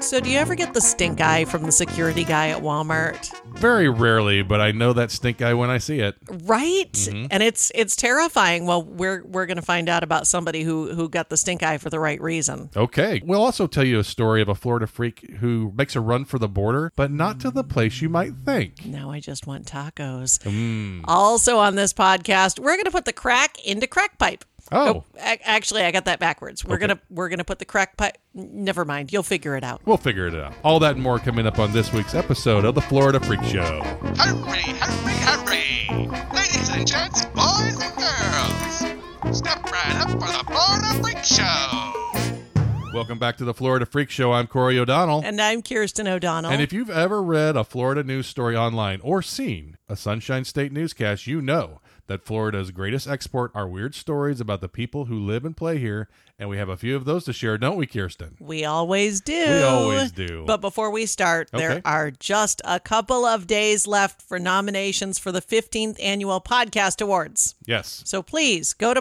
So, do you ever get the stink eye from the security guy at Walmart? Very rarely, but I know that stink eye when I see it. Right? Mm-hmm. And it's it's terrifying. Well, we're we're going to find out about somebody who who got the stink eye for the right reason. Okay. We'll also tell you a story of a Florida freak who makes a run for the border, but not to the place you might think. Now I just want tacos. Mm. Also on this podcast, we're going to put the crack into crack pipe. Oh. a- actually, I got that backwards. We're gonna we're gonna put the crack pipe. Never mind. You'll figure it out. We'll figure it out. All that and more coming up on this week's episode of The Florida Freak Show. Hurry, hurry, hurry! Ladies and gents, boys and girls, step right up for the Florida Freak Show! Welcome back to The Florida Freak Show. I'm Corey O'Donnell. And I'm Kirsten O'Donnell. And if you've ever read a Florida news story online or seen a Sunshine State newscast, you know that Florida's greatest export are weird stories about the people who live and play here. And we have a few of those to share, don't we, Kirsten? We always do. We always do. But before we start, there Okay. are just a couple of days left for nominations for the 15th annual Podcast Awards. Yes. So please go to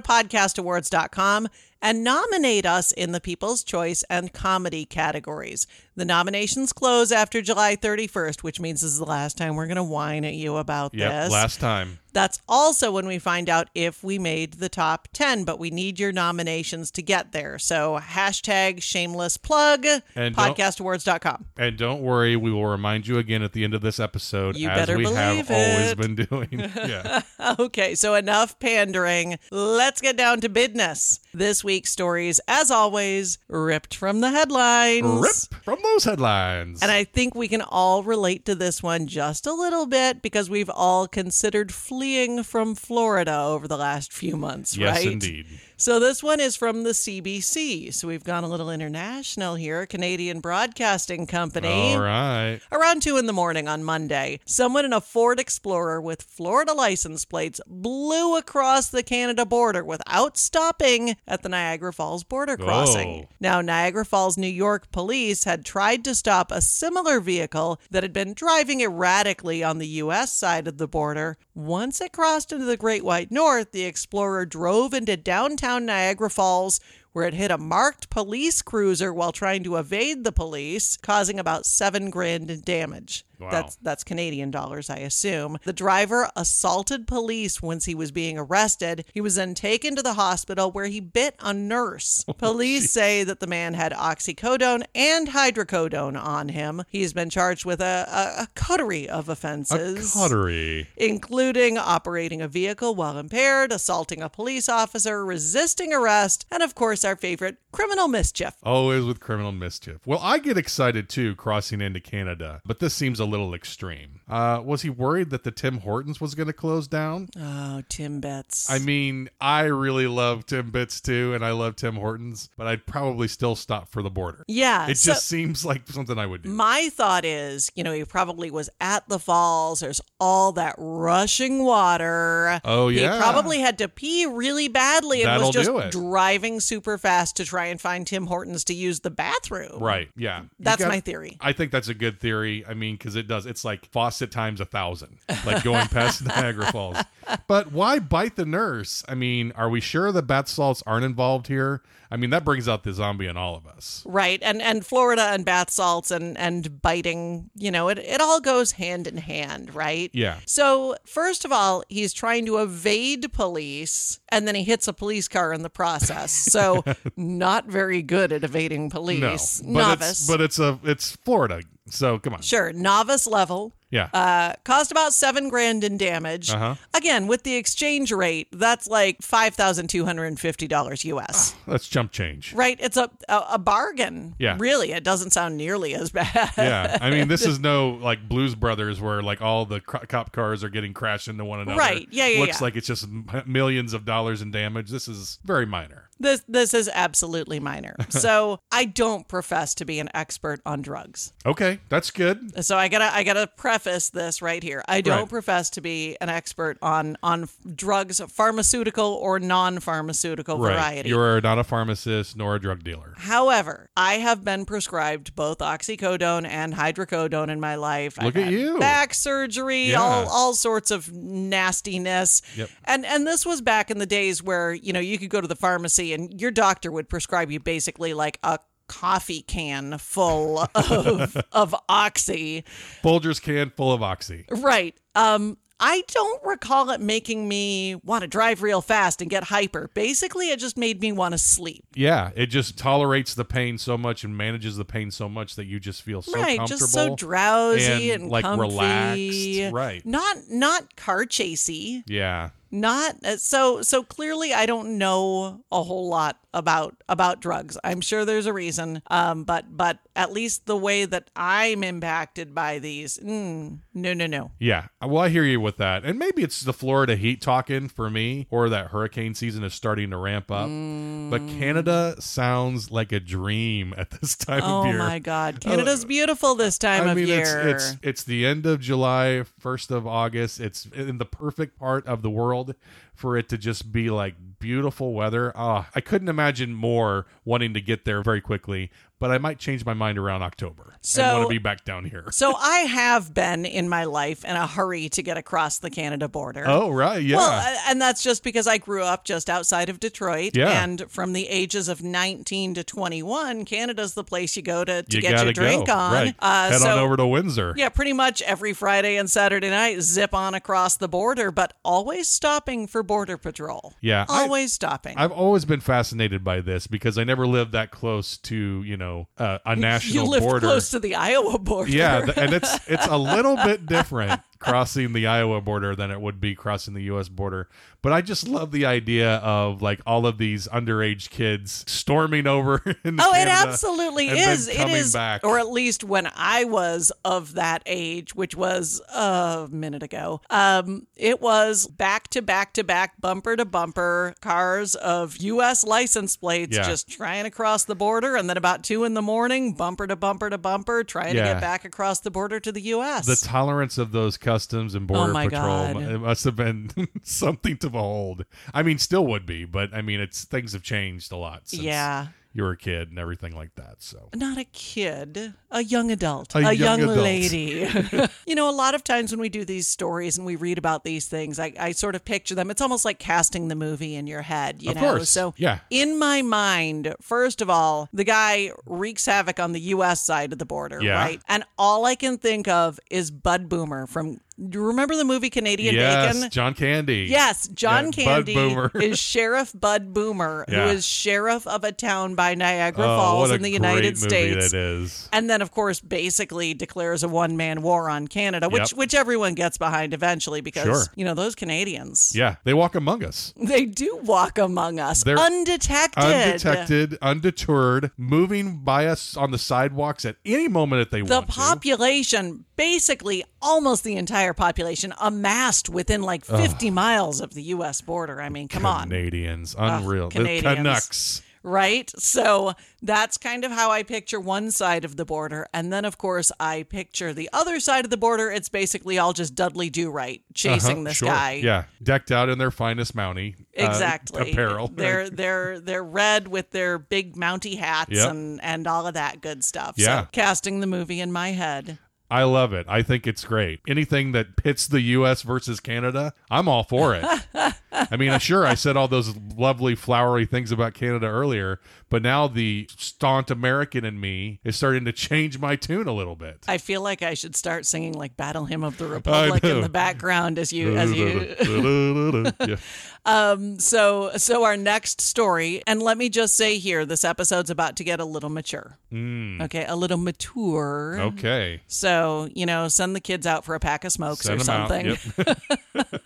podcastawards.com and nominate us in the People's Choice and Comedy categories. The nominations close after July 31st, which means this is the last time we're going to whine at you about Yep. this. Last time. That's also when we find out if we made the top 10, but we need your nominations to get there. So hashtag shameless plug, And don't- podcastawards.com. And don't worry, we will remind you again at the end of this episode, You as better we have believe always it. been doing. yeah. Okay, so enough pandering. Let's get down to business. This week's stories, as always, ripped from the headlines. Rip from those headlines. And I think we can all relate to this one just a little bit because we've all considered fleeing from Florida over the last few months, yes, right? indeed. So this one is from the CBC. So we've gone a little international here. Canadian Broadcasting Company. All right. Around 2 in the morning on Monday, someone in a Ford Explorer with Florida license plates blew across the Canada border without stopping at the Niagara Falls border crossing. Oh. Now, Niagara Falls, New York police had tried to stop a similar vehicle that had been driving erratically on the U.S. side of the border. Once it crossed into the Great White North, the Explorer drove into downtown Niagara Falls. Where it hit a marked police cruiser while trying to evade the police, causing about seven grand in damage. Wow. That's that's Canadian dollars, I assume. The driver assaulted police once he was being arrested. He was then taken to the hospital where he bit a nurse. Oh, Police say that the man had oxycodone and hydrocodone on him. He's been charged with a, a, a coterie of A offenses cottery. including operating a vehicle while impaired, assaulting a police officer, resisting arrest, and of course our favorite, criminal mischief. Always with criminal mischief. Well, I get excited too crossing into Canada, but this seems a little extreme. Uh, was he worried that the Tim Hortons was going to close down? Oh, Tim Betts. I mean, I really love Tim Bits too, and I love Tim Hortons, but I'd probably still stop for the border. yeah, It so- just seems like something I would do. My thought is, you know, he probably was at the falls. There's all that rushing water. Oh, yeah. He probably had to pee really badly and That'll was just do it. driving super fast to try and find Tim Hortons to use the bathroom. Right. Yeah. You That's got- my theory. I think that's a good theory. I mean, because it does. It's like faucet times a thousand, like going past Niagara Falls. But why bite the nurse? I mean, are we sure the bath salts aren't involved here? I mean, that brings out the zombie in all of us. Right. And and Florida and bath salts and and biting, you know, it, it all goes hand in hand, right? Yeah. So, first of all, he's trying to evade police and then he hits a police car in the process. So, not very good at evading No, police. but novice. it's but it's a it's Florida, so come on. sure, novice level. Yeah. Uh, cost about seven grand in damage. Uh-huh. Again, with the exchange rate, that's like five thousand two hundred and fifty dollars US. That's jump change. Right? It's a, a a bargain. Ah. Yeah. Really, it doesn't sound nearly as bad. Yeah, I mean, this is no like Blues Brothers where like all the cro- cop cars are getting crashed into one another. Right. Yeah, yeah, Looks yeah. like it's just m- millions of dollars in damage. This is very minor. This this is absolutely minor. so I don't profess to be an expert on drugs. Okay, that's good. So I gotta I gotta preface this right here. I don't Right. profess to be an expert on on drugs, pharmaceutical or non pharmaceutical variety. You are not a pharmacist nor a drug dealer. However, I have been prescribed both oxycodone and hydrocodone in my life. Look I've at had you. Back surgery, Yeah. all all sorts of nastiness. Yep. And and this was back in the days where, you know, you could go to the pharmacy and your doctor would prescribe you basically like a coffee can full of of oxy. Folger's can full of oxy. Right. Um I don't recall it making me want to drive real fast and get hyper. Basically, it just made me want to sleep. Yeah, it just tolerates the pain so much and manages the pain so much that you just feel so right, comfortable. just so drowsy and, and, like, comfy. relaxed. Right. Not not car chasey. yeah. not uh, so so clearly i don't know a whole lot about about drugs i'm sure there's a reason um but but at least the way that i'm impacted by these mm, no no no Yeah. Well, I hear you with that. And maybe it's the Florida heat talking for me or that hurricane season is starting to ramp up. But Canada sounds like a dream at this time Mm. oh of year. my god canada's beautiful this time Uh, I of mean, year it's it's it's the end of July, first of August. It's in the perfect part of the world for it to just be like beautiful weather. Ah, I couldn't imagine more wanting to get there very quickly. But I might change my mind around October and So- want to be back down here. so i have been in my life in a hurry to get across the canada border Oh right, yeah. Well, a- and that's just because I grew up just outside of Detroit. Yeah. And from the ages of 19 to 21, Canada's the place you go to, to you get gotta your drink go. on. Right. Uh, Head so, on over to Windsor. yeah, pretty much every Friday and Saturday night, zip on across the border, but always stopping for Border Patrol. Yeah, I- Always stopping. I've always been fascinated by this because I never lived that close to you know uh, a national you live border. close to the Iowa border. yeah, th- and it's it's a little bit different crossing the Iowa border than it would be crossing the U.S. border. But I just love the idea of like all of these underage kids storming over. Into Oh, it Canada absolutely and then is. It coming is, back. or at least when I was of that age, which was a minute ago. Um, it was back to back to back, bumper to bumper, cars of U.S. license plates Yeah. just trying to cross the border, and then about two in the morning, bumper to bumper to bumper, trying to Yeah. get back across the border to the U.S. the tolerance of those customs and border Oh my patrol God. it must have been something to behold. I mean, still would be, but I mean, it's things have changed a lot since yeah, you were a kid and everything like that. So not a kid, a young adult, A a, young, young adult. lady. you know, a lot of times when we do these stories and we read about these things, I, I sort of picture them. It's almost like casting the movie in your head, you Of know? course, So, yeah. in my mind, first of all, the guy wreaks havoc on the U.S. side of the border, Yeah. right? And all I can think of is Bud Boomer from. Do you remember the movie Canadian yes, Bacon? John Candy. Yes, John Yeah, Bud Candy Boomer. is Sheriff Bud Boomer, Yeah. who is sheriff of a town by Niagara Oh, Falls what a in the great United movie States. That is. And then, of course, basically declares a one man war on Canada, which Yep. which everyone gets behind eventually because Sure. you know those Canadians, Yeah, they walk among us. they do walk among us They're undetected. Undetected, undeterred, moving by us on the sidewalks at any moment that they The want. to. population, basically almost the entire population, amassed within like 50 miles of the U.S. border. I mean, come on. Canadians, unreal. the Canadians. Canucks. right? So that's kind of how I picture one side of the border. And then, of course, I picture the other side of the border. It's basically all just Dudley Do Right chasing Uh-huh, this sure. guy. Yeah, decked out in their finest mountie uh, Exactly. apparel. They're they're they're red with their big mounty hats Yep. and and all of that good stuff. Yeah. So casting the movie in my head. I love it. I think it's great. Anything that pits the U.S. versus Canada, I'm all for it. I mean, uh, sure, I said all those lovely flowery things about Canada earlier, but now the staunch American in me is starting to change my tune a little bit. I feel like I should start singing like Battle Hymn of the Republic know. in the background as you as you Yeah. so so our next story and let me just say here this episode's about to get a little mature Mm. okay a little mature Okay. so you know send the kids out for a pack of smokes Send or 'em out. something Yep.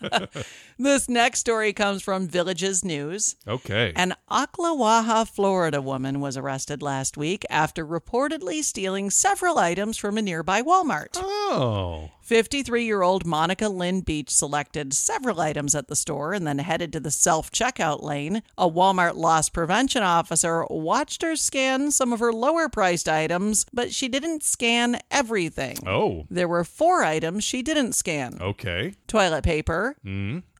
this next story comes from villages news Okay. an Ocklawaha, Florida woman was arrested last week after reportedly stealing several items from a nearby Walmart. oh. 53 year old Monica Lynn Beach selected several items at the store and then headed to the self checkout lane. A Walmart loss prevention officer watched her scan some of her lower priced items, but she didn't scan everything. Oh. There were four items she didn't scan Okay. toilet paper,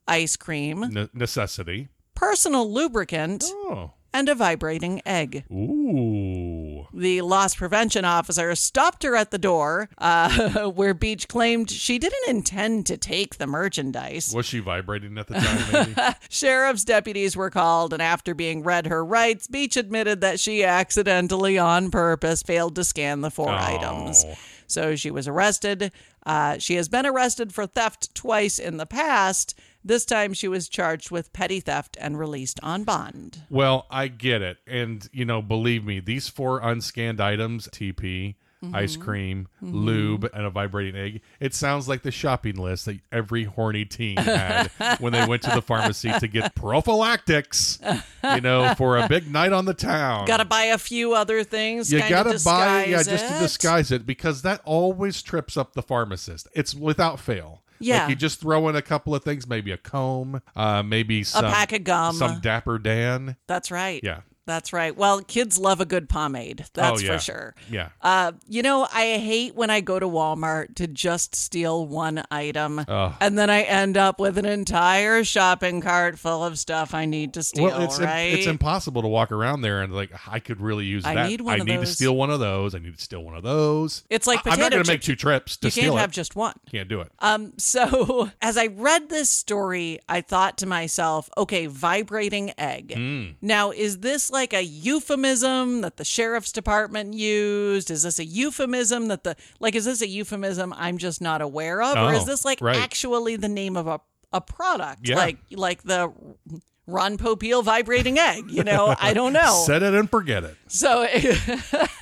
ice cream, Ne- necessity. personal lubricant, Oh. and a vibrating egg. Ooh. the loss prevention officer stopped her at the door, uh, where Beach claimed she didn't intend to take the merchandise. Was she vibrating at the time? Maybe? Sheriff's deputies were called, and after being read her rights, Beach admitted that she accidentally, on purpose, failed to scan the four Oh. items. So she was arrested. Uh, she has been arrested for theft twice in the past. This time she was charged with petty theft and released on bond. Well, I get it. And, you know, believe me, these four unscanned items TP, ice cream, lube, and a vibrating egg it sounds like the shopping list that every horny teen had when they went to the pharmacy to get prophylactics, you know, for a big night on the town. Got to buy a few other things. you kinda gotta buy yeah disguise just to it. disguise it because that always trips up the pharmacist it's without fail Yeah. like you just throw in a couple of things maybe a comb uh maybe some pack of gum. some dapper dan That's right. yeah That's right. Well, kids love a good pomade. That's oh yeah for sure. yeah Uh, you know, I hate when I go to Walmart to just steal one item, Ugh. and then I end up with an entire shopping cart full of stuff I need to steal. well, it's im- right? it's impossible to walk around there and like I could really use I that. need one I of need to those. steal one of those. I need to steal one of those. It's like I- I'm not potato going to make two trips to you steal can't it. have just one. can't do it. Um, so as I read this story, I thought to myself, okay, vibrating egg. Hmm. Now, is this like a euphemism that the sheriff's department used? Is this a euphemism that the like is this a euphemism I'm just not aware of? or Oh, is this like right. actually the name of a, a product? Yeah. Like like the Ron Popeil vibrating egg, you know? I don't know. Set it and forget it. So,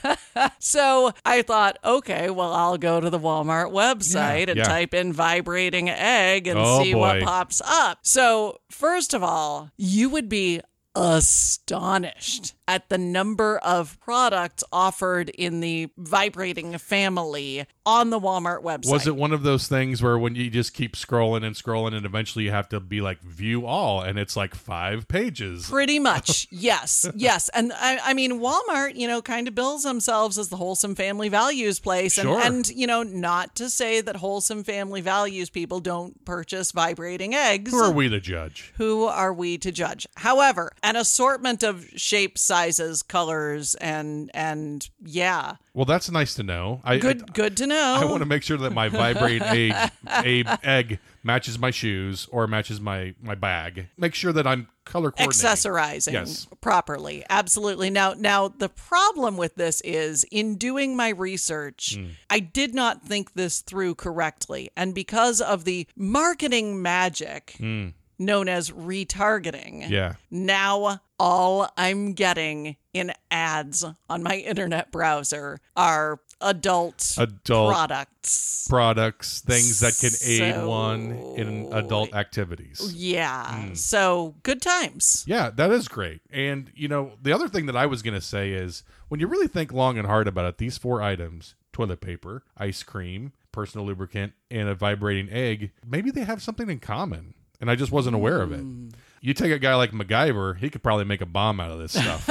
so I thought, okay, well, I'll go to the Walmart website Yeah, and yeah. type in vibrating egg and Oh, see what boy. pops up. So, first of all, you would be astonished at the number of products offered in the vibrating family on the Walmart website. Was it one of those things where when you just keep scrolling and scrolling and eventually you have to be like view all and it's like five pages? Pretty much, yes, yes, and I, I mean Walmart, you know, kind of bills themselves as the wholesome family values place, and Sure. and you know, not to say that wholesome family values people don't purchase vibrating eggs. Who are we to judge? Who are we to judge? However, an assortment of shapes, sizes, colors, and and yeah, Well, that's nice to know. I good, good to know. I, want to make sure that my vibrate age, a, egg matches my shoes or matches my my bag. Make sure that I'm color coordinated. accessorizing Yes. properly absolutely now now the problem with this is in doing my research Hmm. i did not think this through correctly and because of the marketing magic known as retargeting Hmm. Yeah. now all i'm getting in ads on my internet browser are adult, Adult products products, things that can aid So- one in adult activities. yeah so good times Hmm. Yeah, that is great. And you know, the other thing that I was going to say is when you really think long and hard about it, these four items, toilet paper, ice cream, personal lubricant, and a vibrating egg, maybe they have something in common. And I just wasn't aware of it. Mm. You take a guy like MacGyver, he could probably make a bomb out of this stuff.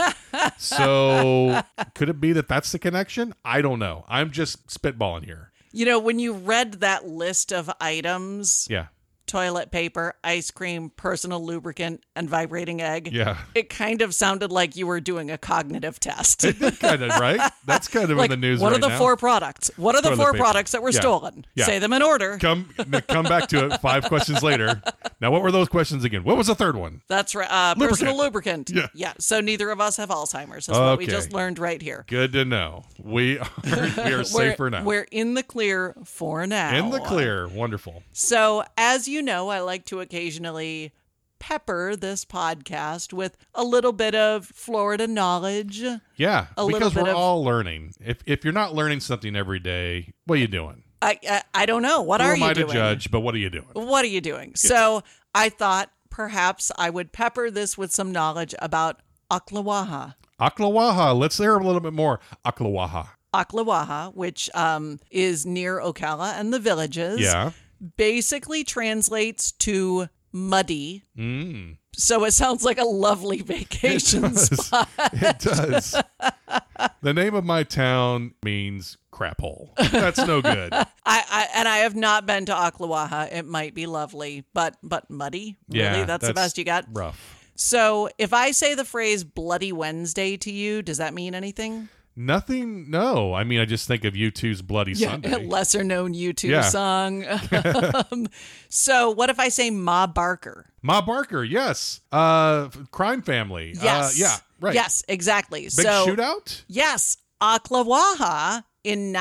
so, could it be that that's the connection? I don't know. I'm just spitballing here. you know when you read that list of items Yeah. toilet paper, ice cream, personal lubricant, and vibrating egg. Yeah. It kind of sounded like you were doing a cognitive test. kind of right. That's kind of like, in the news what right are the now. four products? What are the Toilet four paper. products that were Yeah. stolen? Yeah. Say them in order. come come back to it five questions later. Now, what were those questions again? What was the third one? That's right. Uh, Personal lubricant. Yeah. So neither of us have Alzheimer's. Is what we Okay. just learned right here. Good to know. We are we are safer we're, now. We're in the clear for now. in the clear. Wonderful. So, as you know, I like to occasionally pepper this podcast with a little bit of Florida knowledge. Yeah, A little because bit we're of- all learning. If if you're not learning something every day, what are you doing? I I, I don't know. What Who are am you I doing? to judge? But what are you doing? What are you doing? So I thought perhaps I would pepper this with some knowledge about Oklawaha. Aklawaha. Let's hear a little bit more. Aklawaha. Oklawaha, which um, is near Ocala and the villages, Yeah. basically translates to muddy. Mm. So it sounds like a lovely vacation spot. It does. the name of my town means crap hole. That's no good. I, I and I have not been to Oklawaha. It might be lovely, but but muddy. Yeah, really, that's the that's best you got. Rough. So if I say the phrase "Bloody Wednesday" to you, does that mean anything? Nothing. No, I mean, I just think of U2's Bloody Yeah, Sunday. lesser known U2 Yeah. song. Um, so what if I say Ma Barker? Ma Barker, yes. Uh, f- crime family. Yes. Uh, yeah. Right. Yes, exactly. Big so shootout. yes, Ocklawaha in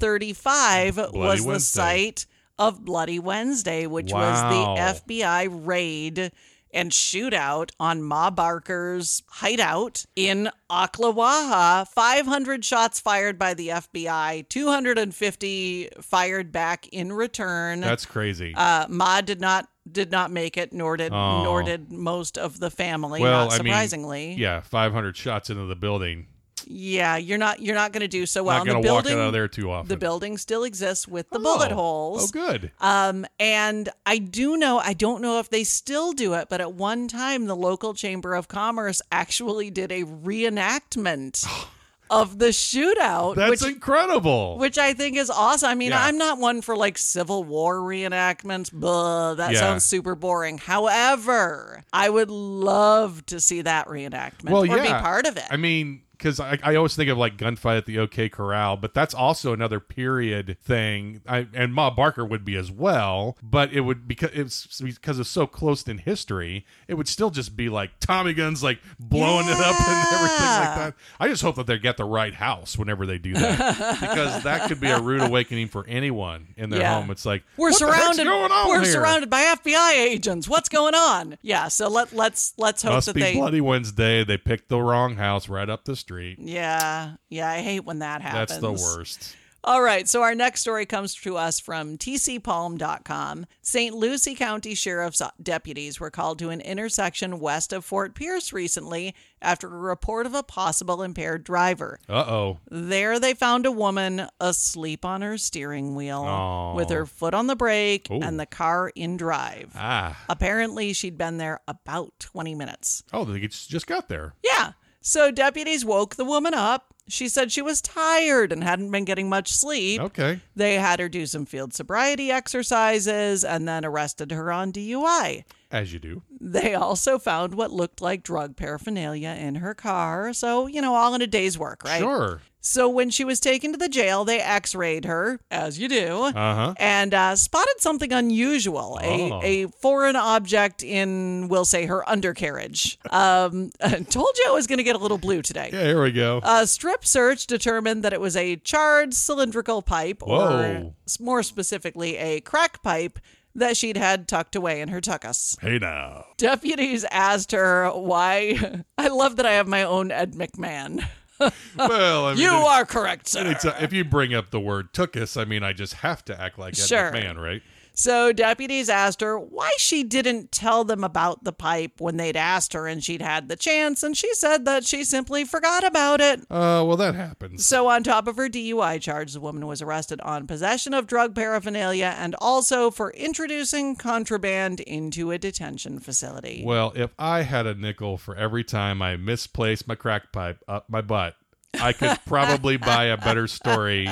1935 was the Wednesday. site of Bloody Wednesday, which Wow. was the FBI raid and shootout on Ma Barker's hideout in Ocklawaha. 500 shots fired by the FBI, 250 fired back in return. That's crazy. Uh, Ma did not did not make it, nor did Oh. nor did most of the family. Well, not I mean, surprisingly, yeah, 500 shots into the building. yeah, you're not you're not going to do so well. Not And gonna the walk building, out of there too often. the building still exists with the Oh. bullet Oh, holes. good. Um, and I do know, I don't know if they still do it, but at one time the local chamber of commerce actually did a reenactment of the shootout, That's which incredible. which I think is awesome. I mean, Yeah. I'm not one for like Civil War reenactments. Blah, that Yeah. sounds super boring. However, I would love to see that reenactment Well, or yeah. be part of it. I mean, because I, I always think of like gunfight at the OK Corral, but that's also another period thing. I, and Ma Barker would be as well, but it would because it's because it's so close in history, it would still just be like Tommy guns, like blowing it up and everything Yeah. like that. I just hope that they get the right house whenever they do that, because that could be a rude awakening for anyone in their Yeah. home. It's like we're "What the heck's surrounded. going on we're here? surrounded by FBI agents. What's going on? Yeah. So let let's let's hope Must that be they. Bloody Wednesday. They picked the wrong house right up the street. Yeah. Yeah. I hate when that happens. That's the worst. All right, so our next story comes to us from tcpalm.com. St. Lucie County Sheriff's deputies were called to an intersection west of Fort Pierce recently after a report of a possible impaired driver. Uh oh. There they found a woman asleep on her steering wheel Oh. with her foot on the brake Ooh. and the car in drive. Ah. Apparently, she'd been there about 20 minutes. Oh, they just just got there. Yeah. So deputies woke the woman up. She said she was tired and hadn't been getting much sleep. Okay. They had her do some field sobriety exercises and then arrested her on DUI. As you do. They also found what looked like drug paraphernalia in her car. So, you know, all in a day's work, right? Sure. So, when she was taken to the jail, they x rayed her, as you do, Uh huh. and uh, spotted something unusual Oh. a, a foreign object in, we'll say, her undercarriage. Um, told you I was going to get a little blue today. Yeah, here we go. A strip search determined that it was a charred cylindrical pipe, or Whoa. s- more specifically, a crack pipe that she'd had tucked away in her tuckus. hey now. Deputies asked her why. I love that I have my own Ed McMahon. Well, I mean, You it- are correct, sir. it's a- if you bring up the word tookus, I mean, I just have to act like Ed Sure. McMahon, right? So deputies asked her why she didn't tell them about the pipe when they'd asked her and she'd had the chance, and she said that she simply forgot about it. Uh, well, that happens. So, on top of her DUI charge, the woman was arrested on possession of drug paraphernalia and also for introducing contraband into a detention facility. Well, if I had a nickel for every time I misplaced my crack pipe up my butt, I could probably buy a better story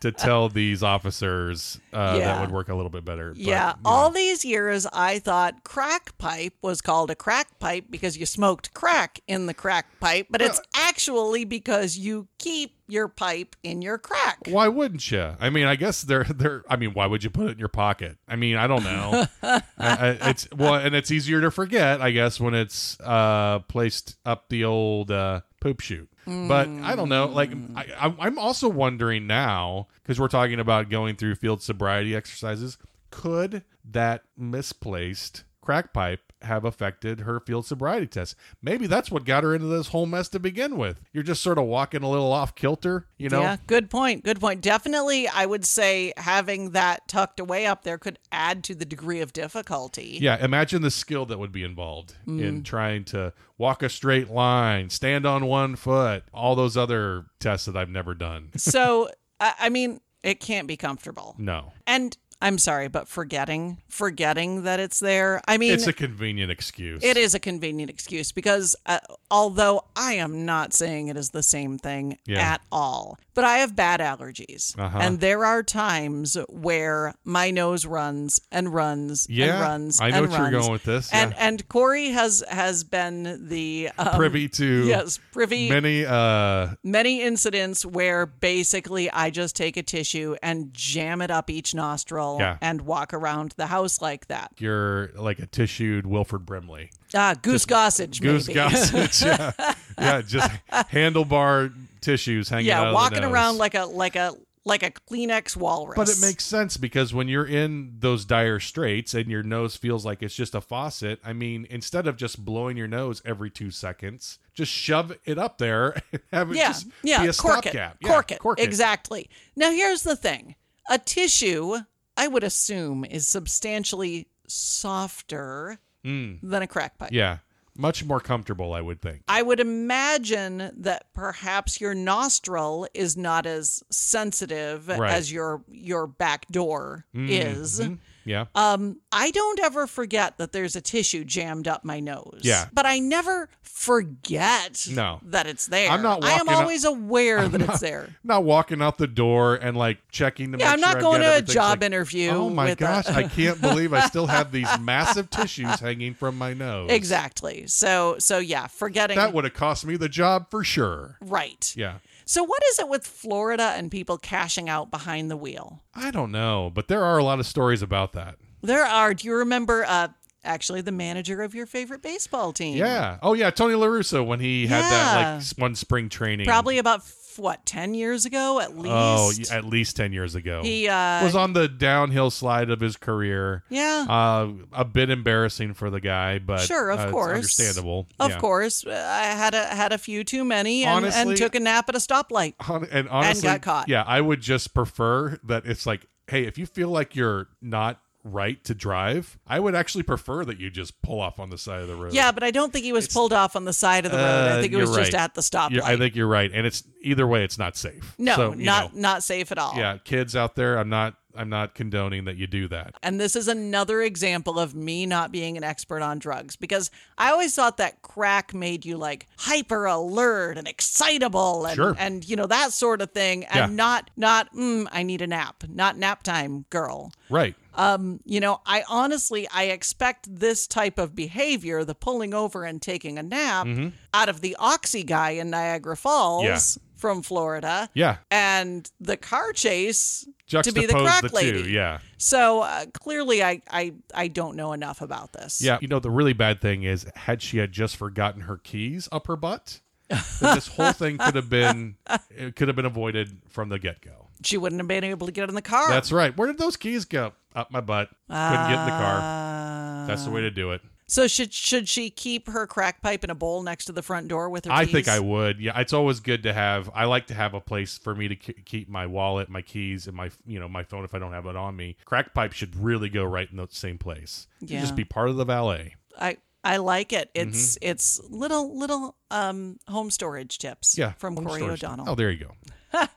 to tell these officers. Uh, Yeah. That would work a little bit better. but, yeah, you know. all these years I thought crack pipe was called a crack pipe because you smoked crack in the crack pipe, but it's actually because you keep your pipe in your crack. Why wouldn't you? I mean, I guess they're they're. I mean, why would you put it in your pocket? I mean, I don't know. I, I, it's well, and it's easier to forget, I guess, when it's uh placed up the old uh, poop chute. But I don't know. Like, I, I'm- I'm also wondering now because we're talking about going through field sobriety exercises. Could that misplaced crack pipe have affected her field sobriety test? Maybe that's what got her into this whole mess to begin with. You're just sort of walking a little off kilter, you know? Yeah, good point. Good point. Definitely, I would say having that tucked away up there could add to the degree of difficulty. Yeah, imagine the skill that would be involved in Mm. trying to walk a straight line, stand on one foot, all those other tests that I've never done. so I, I mean it can't be comfortable No. and I'm sorry, but forgetting, forgetting that it's there. I mean, it's a convenient excuse. it is a convenient excuse because uh, although I am not saying it is the same thing Yeah. at all, but I have bad allergies. Uh-huh. And there are times where my nose runs and runs Yeah, and runs. I know and what you're runs. going with this, And yeah. and Corey has has been the um, privy to yes privy many uh many incidents where basically I just take a tissue and jam it up each nostril Yeah. and walk around the house like that. you're like a tissued Wilfred Brimley. Ah, goose gossage, Goose maybe. gossage. yeah. yeah, just handlebar tissues hanging yeah, out. of the walking nose. around like a like a like a Kleenex walrus. But it makes sense because when you're in those dire straits and your nose feels like it's just a faucet, I mean, instead of just blowing your nose every two seconds, just shove it up there and have it yeah, just yeah, be a cork it, stopgap. Yeah, cork it, exactly. Now here's the thing: a tissue, I would assume, is substantially softer than a crack pipe. Mm, Yeah, much more comfortable, I would think. I would imagine that perhaps your nostril is not as sensitive Right. Mm-hmm. as your your back door is. Mm, Yeah. Um, I don't ever forget that there's a tissue jammed up my nose. Yeah. but I never forget No. that it's there. I'm not I am walking up- always aware that it's there. not walking out the door and like checking to Yeah, make I'm sure not I've going got to a everything. It's job like, interview. Oh my with a- gosh, I can't believe I still have these massive tissues hanging from my nose. exactly. So so yeah, forgetting That would have cost me the job for sure. right. Yeah. So what is it with Florida and people cashing out behind the wheel? I don't know, but there are a lot of stories about that. There are. Do you remember? Uh, actually, the manager of your favorite baseball team. Yeah. Oh yeah, Tony LaRusso when he had that Yeah. like s- one spring training. Probably about f- what ten years ago at least. Oh, y- at least 10 years ago. He, uh, was on the downhill slide of his career. Yeah. Uh, a bit embarrassing for the guy, but Sure, of uh, it's course. understandable. Of Yeah. course, uh, I had a had a few too many and, Honestly- and took a nap at a stoplight. Hon- and honestly, got caught. yeah, I would just prefer that it's like, hey, if you feel like you're not right to drive, I would actually prefer that you just pull off on the side of the road. Yeah, but I don't think he was pulled off on the side of the road. Uh, I think it was you're just right. at the stoplight. You're- I think you're right, and it's either way, it's not safe. no, So, you not know, not safe at all. yeah, kids out there, I'm not, I'm not condoning that you do that. And this is another example of me not being an expert on drugs because I always thought that crack made you like hyper alert and excitable and, Sure. and you know that sort of thing and Yeah. not not mm, I need a nap, not nap time, girl. Right. Um, you know, I honestly I expect this type of behavior, the pulling over and taking a nap, out of the oxy guy in Niagara Falls Mm-hmm. Yeah. from Florida. Yeah. And the car chase to Juxtapose be the crack lady. two. Yeah. So uh, clearly, I, I I don't know enough about this. Yeah. You know, the really bad thing is, had she had just forgotten her keys up her butt, then this whole thing could have been, it could have been avoided from the get go. she wouldn't have been able to get in the car. That's right. Where did those keys go? Up my butt. Couldn't get in the car. That's the way to do it. Uh, So should should she keep her crack pipe in a bowl next to the front door with her? I keys? think I would. Yeah, it's always good to have. I like to have a place for me to k- keep my wallet, my keys, and my you know my phone if I don't have it on me. Crack pipe should really go right in the same place. It should Yeah. Just be part of the valet. I I like it. Mm-hmm. It's it's little little um home storage tips. Yeah, from home Corey storage. O'Donnell. Oh, there you go.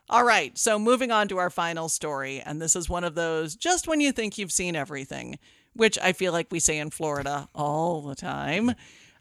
All right. So moving on to our final story, and this is one of those just when you think you've seen everything, which I feel like we say in Florida all the time.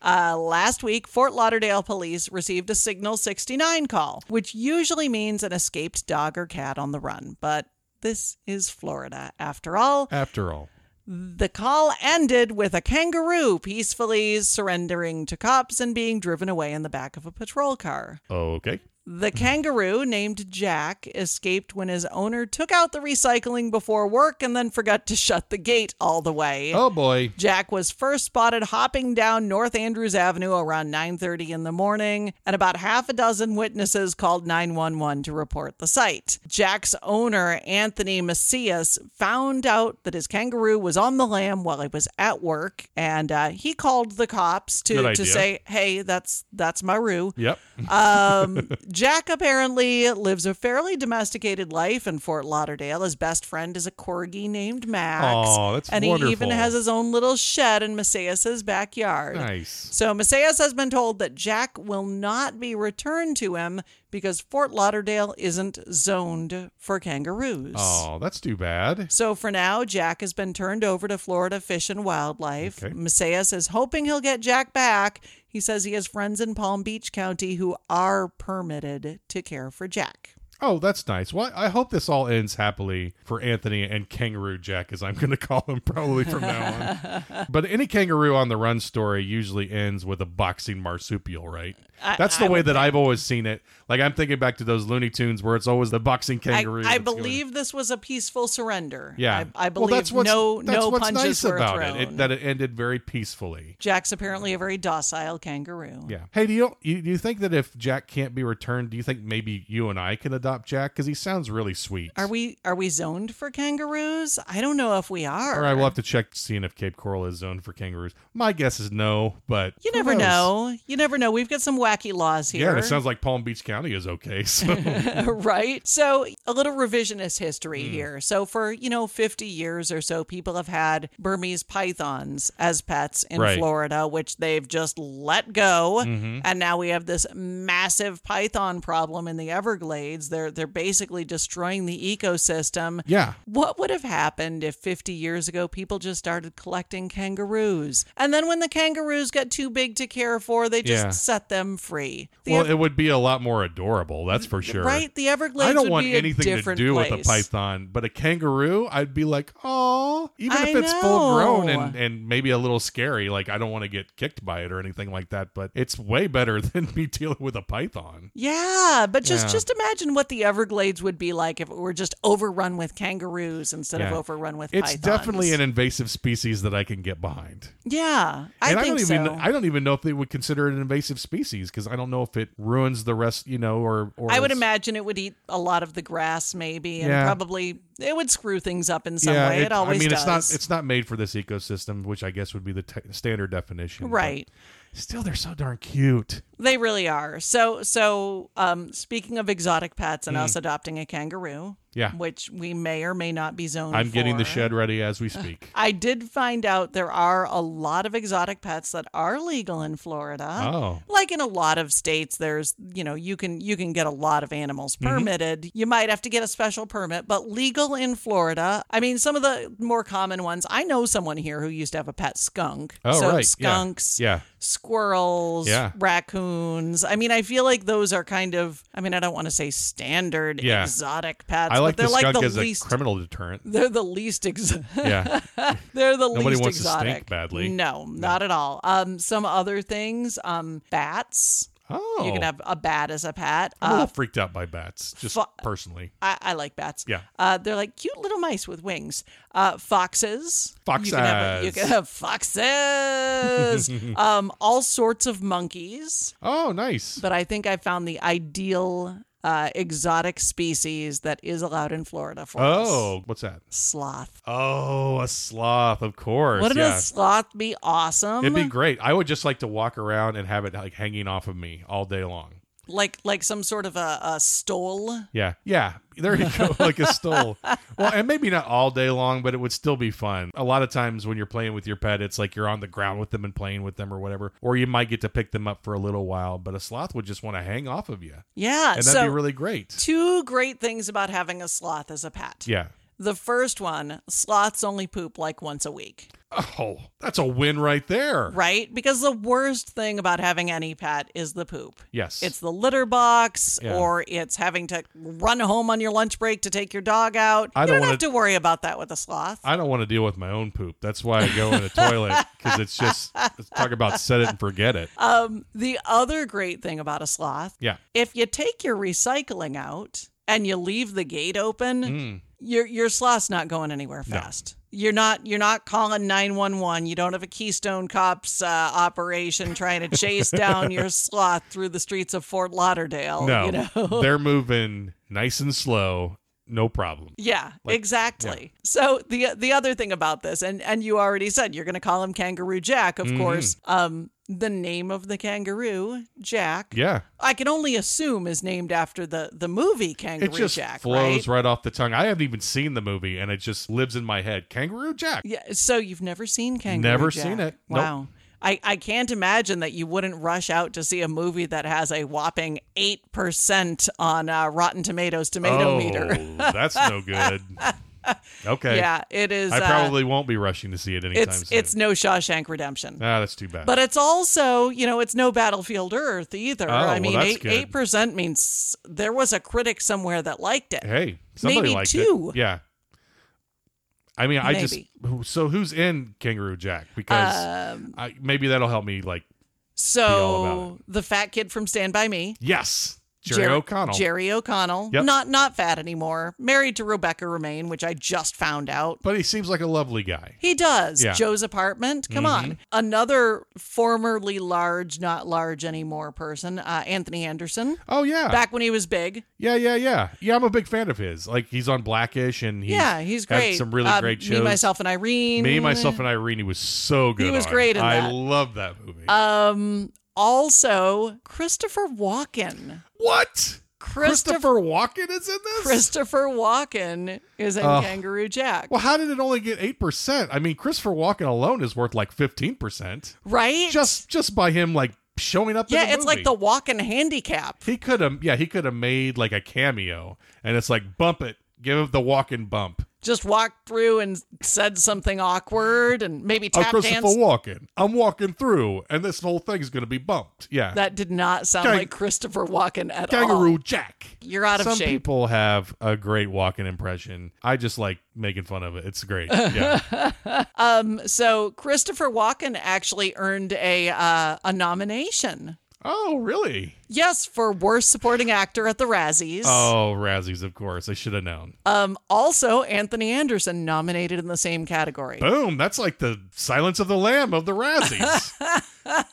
Uh, last week, Fort Lauderdale police received a Signal 69 call, which usually means an escaped dog or cat on the run. But this is Florida, after all. After all, The call ended with a kangaroo peacefully surrendering to cops and being driven away in the back of a patrol car. okay. The kangaroo named Jack escaped when his owner took out the recycling before work and then forgot to shut the gate all the way. Oh boy. Jack was first spotted hopping down North Andrews Avenue around 9:30 in the morning, and about half a dozen witnesses called 911 to report the sight. Jack's owner, Anthony Macias, found out that his kangaroo was on the lam while he was at work, and uh, he called the cops Good to to idea. say, "Hey, that's that's my roo." Yep. Um, Jack apparently lives a fairly domesticated life in Fort Lauderdale. His best friend is a corgi named Max. Aw, that's and he even wonderful. has his own little shed in Macias's backyard. Nice. So Macias has been told that Jack will not be returned to him because Fort Lauderdale isn't zoned for kangaroos. Oh, that's too bad. So for now, Jack has been turned over to Florida Fish and Wildlife. Okay. Macias is hoping he'll get Jack back. He says he has friends in Palm Beach County who are permitted to care for Jack. Oh, that's nice. Well, I hope this all ends happily for Anthony and Kangaroo Jack, as I'm going to call him probably from now on. But any kangaroo on the run story usually ends with a boxing marsupial, right? I- that's the I way would that I've always seen it. Like I'm thinking back to those Looney Tunes where it's always the boxing I, kangaroo. I that's going- believe this was a peaceful surrender. Yeah, I, I Well, believe no no punches were thrown. it, it- that it ended very peacefully. Jack's apparently a very docile kangaroo. Yeah. Hey, do you, you do you think that if Jack can't be returned, do you think maybe you and I can adopt Jack because he sounds really sweet? Are we are we zoned for kangaroos? I don't know if we are. All right, we'll have to check seeing if Cape Coral is zoned for kangaroos. My guess is no, but You who never knows? know. You never know. We've got some wacky laws here. Yeah, and it sounds like Palm Beach County is okay. So right? So, a little revisionist history Mm. here. So, for, you know, 50 years or so, people have had Burmese pythons as pets in Right. Mm-hmm. Florida, which they've just let go. And now we have this massive python problem in the Everglades. They're they're basically destroying the ecosystem. yeah, What would have happened if 50 years ago people just started collecting kangaroos? And then when the kangaroos got too big to care for, they just Yeah. set them free. The well, it would be a lot more adorable. That's for sure. Right? The Everglades. I don't would want be a anything to different do with a place. python, but a kangaroo, I'd be like, oh, even I if it's full grown know. and, and maybe a little scary, like I don't want to get kicked by it or anything like that, but it's way better than me dealing with a python. Yeah, but just Yeah. just imagine what the Everglades would be like if it were just overrun with kangaroos instead of Yeah. overrun with It's pythons. definitely an invasive species that I can get behind. yeah. I think and I don't so. even I don't even know if they would consider it an invasive species because I don't know if it ruins the rest, you know, or or I would it's- imagine it would eat a lot of the grass, maybe, and Yeah. probably it would screw things up in some yeah, way. It, always I mean, does. it's not it's not made for this ecosystem, which I guess would be the te- standard definition. but right. Still, they're so darn cute. They really are. So, so um, speaking of exotic pets and us adopting a kangaroo, Hmm. Yeah. which we may or may not be zoned. I'm getting the for. shed ready as we speak. I did find out there are a lot of exotic pets that are legal in Florida. oh, Like in a lot of states there's, you know, you can you can get a lot of animals Mm-hmm. permitted. You might have to get a special permit, but legal in Florida. I mean, some of the more common ones. I know someone here who used to have a pet skunk. oh, so right. yeah, skunks, Yeah. squirrels, Yeah. raccoons. I mean, I feel like those are kind of I mean, I don't want to say standard Yeah. exotic pets, I like but the they're like skunk the as least a criminal deterrent. they're the least exotic. Yeah. They're the Nobody least wants to stink exotic. badly. No, not at all. Um, some other things. Um, bats. Oh, You can have a bat as a pet. I'm a Uh, little freaked out by bats, just fo- personally. I, I like bats. Yeah. Uh, they're like cute little mice with wings. Uh, foxes. You can have, a- you Foxes. can have foxes. um, all sorts of monkeys. Oh, nice. But I think I found the ideal uh, exotic species that is allowed in Florida for us. Oh, what's that? sloth. Oh, a sloth, of course. Wouldn't yeah. a sloth be awesome? It'd be great. I would just like to walk around and have it like hanging off of me all day long. like like some sort of a, a stole. Yeah. Yeah. There you go. like a stole. Well, and maybe not all day long, but it would still be fun. A lot of times when you're playing with your pet, it's like you're on the ground with them and playing with them or whatever. Or you might get to pick them up for a little while, but a sloth would just want to hang off of you. Yeah. And that'd so be really great. two great things about having a sloth as a pet. Yeah. The first one, sloths only poop like once a week, Oh, that's a win right there. right? Because the worst thing about having any pet is the poop. Yes. It's the litter box, Yeah. or it's having to run home on your lunch break to take your dog out. I you don't don't wanna- have to worry about that with a sloth. I don't want to deal with my own poop. That's why I go in a toilet because it's just talk about set it and forget it. Um, the other great thing about a sloth, Yeah. if you take your recycling out and you leave the gate open, Mm. your your sloth's not going anywhere fast. You're not you're not calling nine one one. You don't have a Keystone Cops uh, operation trying to chase down your sloth through the streets of Fort Lauderdale. No, you know. they're moving nice and slow, no problem. Yeah, Like- exactly. So the the other thing about this, and and you already said you're going to call him Kangaroo Jack, of Mm-hmm. course. Um, the name of the kangaroo, Jack. Yeah, I can only assume is named after the the movie Kangaroo it just Jack, flows right? right? off the tongue. I haven't even seen the movie, and it just lives in my head. Kangaroo Jack. Yeah. So you've never seen Kangaroo Never Jack? seen it. Nope. Wow. I, I can't imagine that you wouldn't rush out to see a movie that has a whopping 8% on uh, Rotten Tomatoes tomato oh, meter. that's no good. Okay. Yeah, it is. I uh, probably won't be rushing to see it anytime it's, soon. it's no Shawshank Redemption. ah, that's too bad. But it's also, you know, it's no Battlefield Earth either. Oh, I well, mean, that's good. eight percent means there was a critic somewhere that liked it. hey, somebody maybe liked two. it. Yeah. I mean, I Maybe. just so who's in Kangaroo Jack because Um, I, maybe that'll help me. Like, all so about the fat kid from Stand by Me, yes, Jerry Jer- O'Connell. Jerry O'Connell, Yep. not not fat anymore, married to Rebecca Romaine, which I just found out. but he seems like a lovely guy. He does. Yeah. Mm-hmm. Joe's apartment. Come on. Another formerly large, not large anymore person, uh, Anthony Anderson. Oh yeah, Back when he was big. yeah, yeah, yeah, yeah. I'm a big fan of his. Like, he's on Blackish, and he's yeah, he's had great. some really Uh, great shows. Me, myself, and Irene. Me, myself, and Irene. He was so good. was on. great in I that. love that movie. Um, also Christopher Walken. what? Christopher Christopher Walken is in this. Christopher Walken is in Oh. Kangaroo Jack, well, how did it only get eight percent? I mean, Christopher Walken alone is worth like fifteen percent right? just just by him like showing up. in yeah, the it's like movie. the Walken handicap. he could have yeah he could have made like a cameo, and it's like bump it, give him the Walken bump. Just walked through and said something awkward, and maybe I'm tap Uh, Oh, Christopher danced. Walken. I'm walking through, and this whole thing's gonna be bumped. Yeah, That did not sound Kang- like Christopher Walken at Kangaroo all. Jack. Oh, You're out of Some shape. people have a great walking impression. I just like making fun of it. It's great. Yeah. Um, so Christopher Walken actually earned a uh, a nomination. oh, really? Yes, for worst supporting actor at the Razzies. Oh, Razzies, of course. I should have known. Um, also, Anthony Anderson nominated in the same category. Boom. That's like the Silence of the Lamb of the Razzies.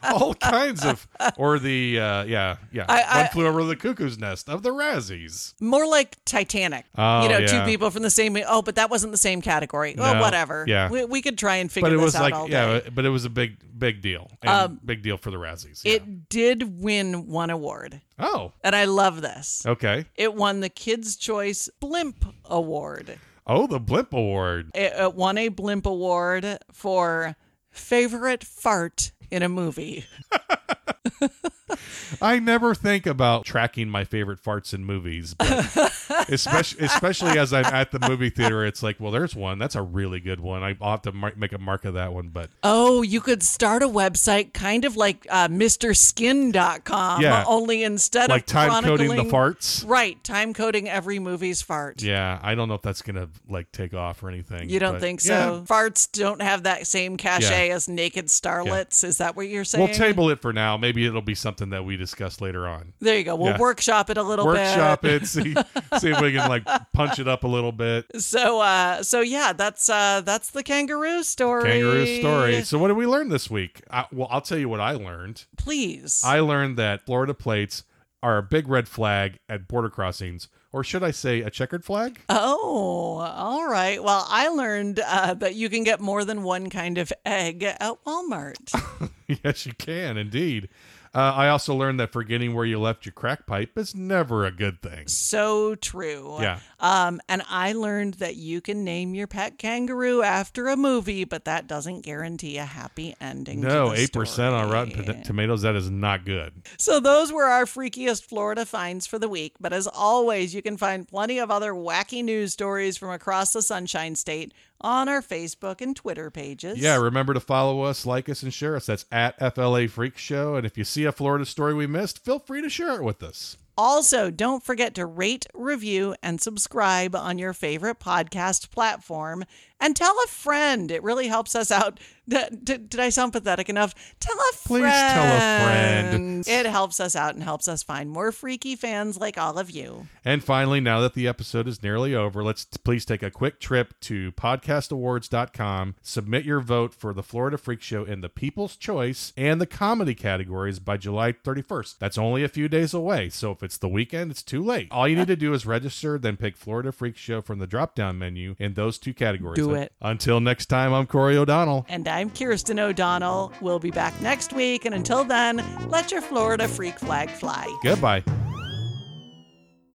All kinds of, or the, uh, yeah, yeah. I- I- One flew over the cuckoo's nest of the Razzies. More like Titanic. Oh, you know, yeah. two people from the same. Oh, but that wasn't the same category. No, Oh, whatever. yeah. we, we could try and figure But it this was out like, all day. yeah, but it was a big, big deal. And big deal for the Razzies. yeah. Um, It did win one award, oh, and I love this. okay. It won the Kids' Choice Blimp Award. Oh, the Blimp Award. It, it won a Blimp Award for favorite fart in a movie. I never think about tracking my favorite farts in movies, but especially especially as I'm at the movie theater, it's like, well, there's one. That's a really good one. I- I'll have to mar- make a mark of that one. But Oh, you could start a website kind of like uh, MrSkin.com, Yeah. only instead like of time coding the chronicling- farts. Right, time coding every movie's fart. Yeah, I don't know if that's gonna like take off or anything. You don't but- think Yeah. so? Farts don't have that same cachet as naked starlets. Is that what you're saying? We'll table it for now. Maybe it'll be something that we discuss later on. There you go. We'll Yeah. workshop it a little Workshop bit. it, see see if we can like punch it up a little bit. So, uh, so yeah, that's uh, that's the kangaroo story. Kangaroo story. So what did we learn this week? I, well, I'll tell you what I learned. Please. I learned that Florida plates are a big red flag at border crossings, or should I say, a checkered flag? Oh, all right. Well, I learned uh, that you can get more than one kind of egg at Walmart. yes, you can indeed. Uh, I also learned that forgetting where you left your crack pipe is never a good thing. so true. Yeah. Um, and I learned that you can name your pet kangaroo after a movie, but that doesn't guarantee a happy ending. to No, the eight percent on story. Rotten Pot- Tomatoes. That is not good. So those were our freakiest Florida finds for the week. But as always, you can find plenty of other wacky news stories from across the Sunshine State on our Facebook and Twitter pages. Yeah, remember to follow us, like us, and share us. That's at FLA Freak Show. And if you see a Florida story we missed, feel free to share it with us. Also, don't forget to rate, review, and subscribe on your favorite podcast platform. And tell a friend. It really helps us out. D- d- did I sound pathetic enough? Tell a Please friend. tell a friend. It helps us out and helps us find more freaky fans like all of you. And finally, now that the episode is nearly over, let's t- please take a quick trip to podcastawards.com, submit your vote for the Florida Freak Show in the People's Choice and the comedy categories by July 31st. That's only a few days away, so if it's the weekend, it's too late. All you need to do is register, then pick Florida Freak Show from the drop-down menu in those two categories. Do Un- it. Until next time, I'm Corey O'Donnell. And I'm Kirsten O'Donnell. We'll be back next week. And until then, let your Florida freak flag fly. Goodbye.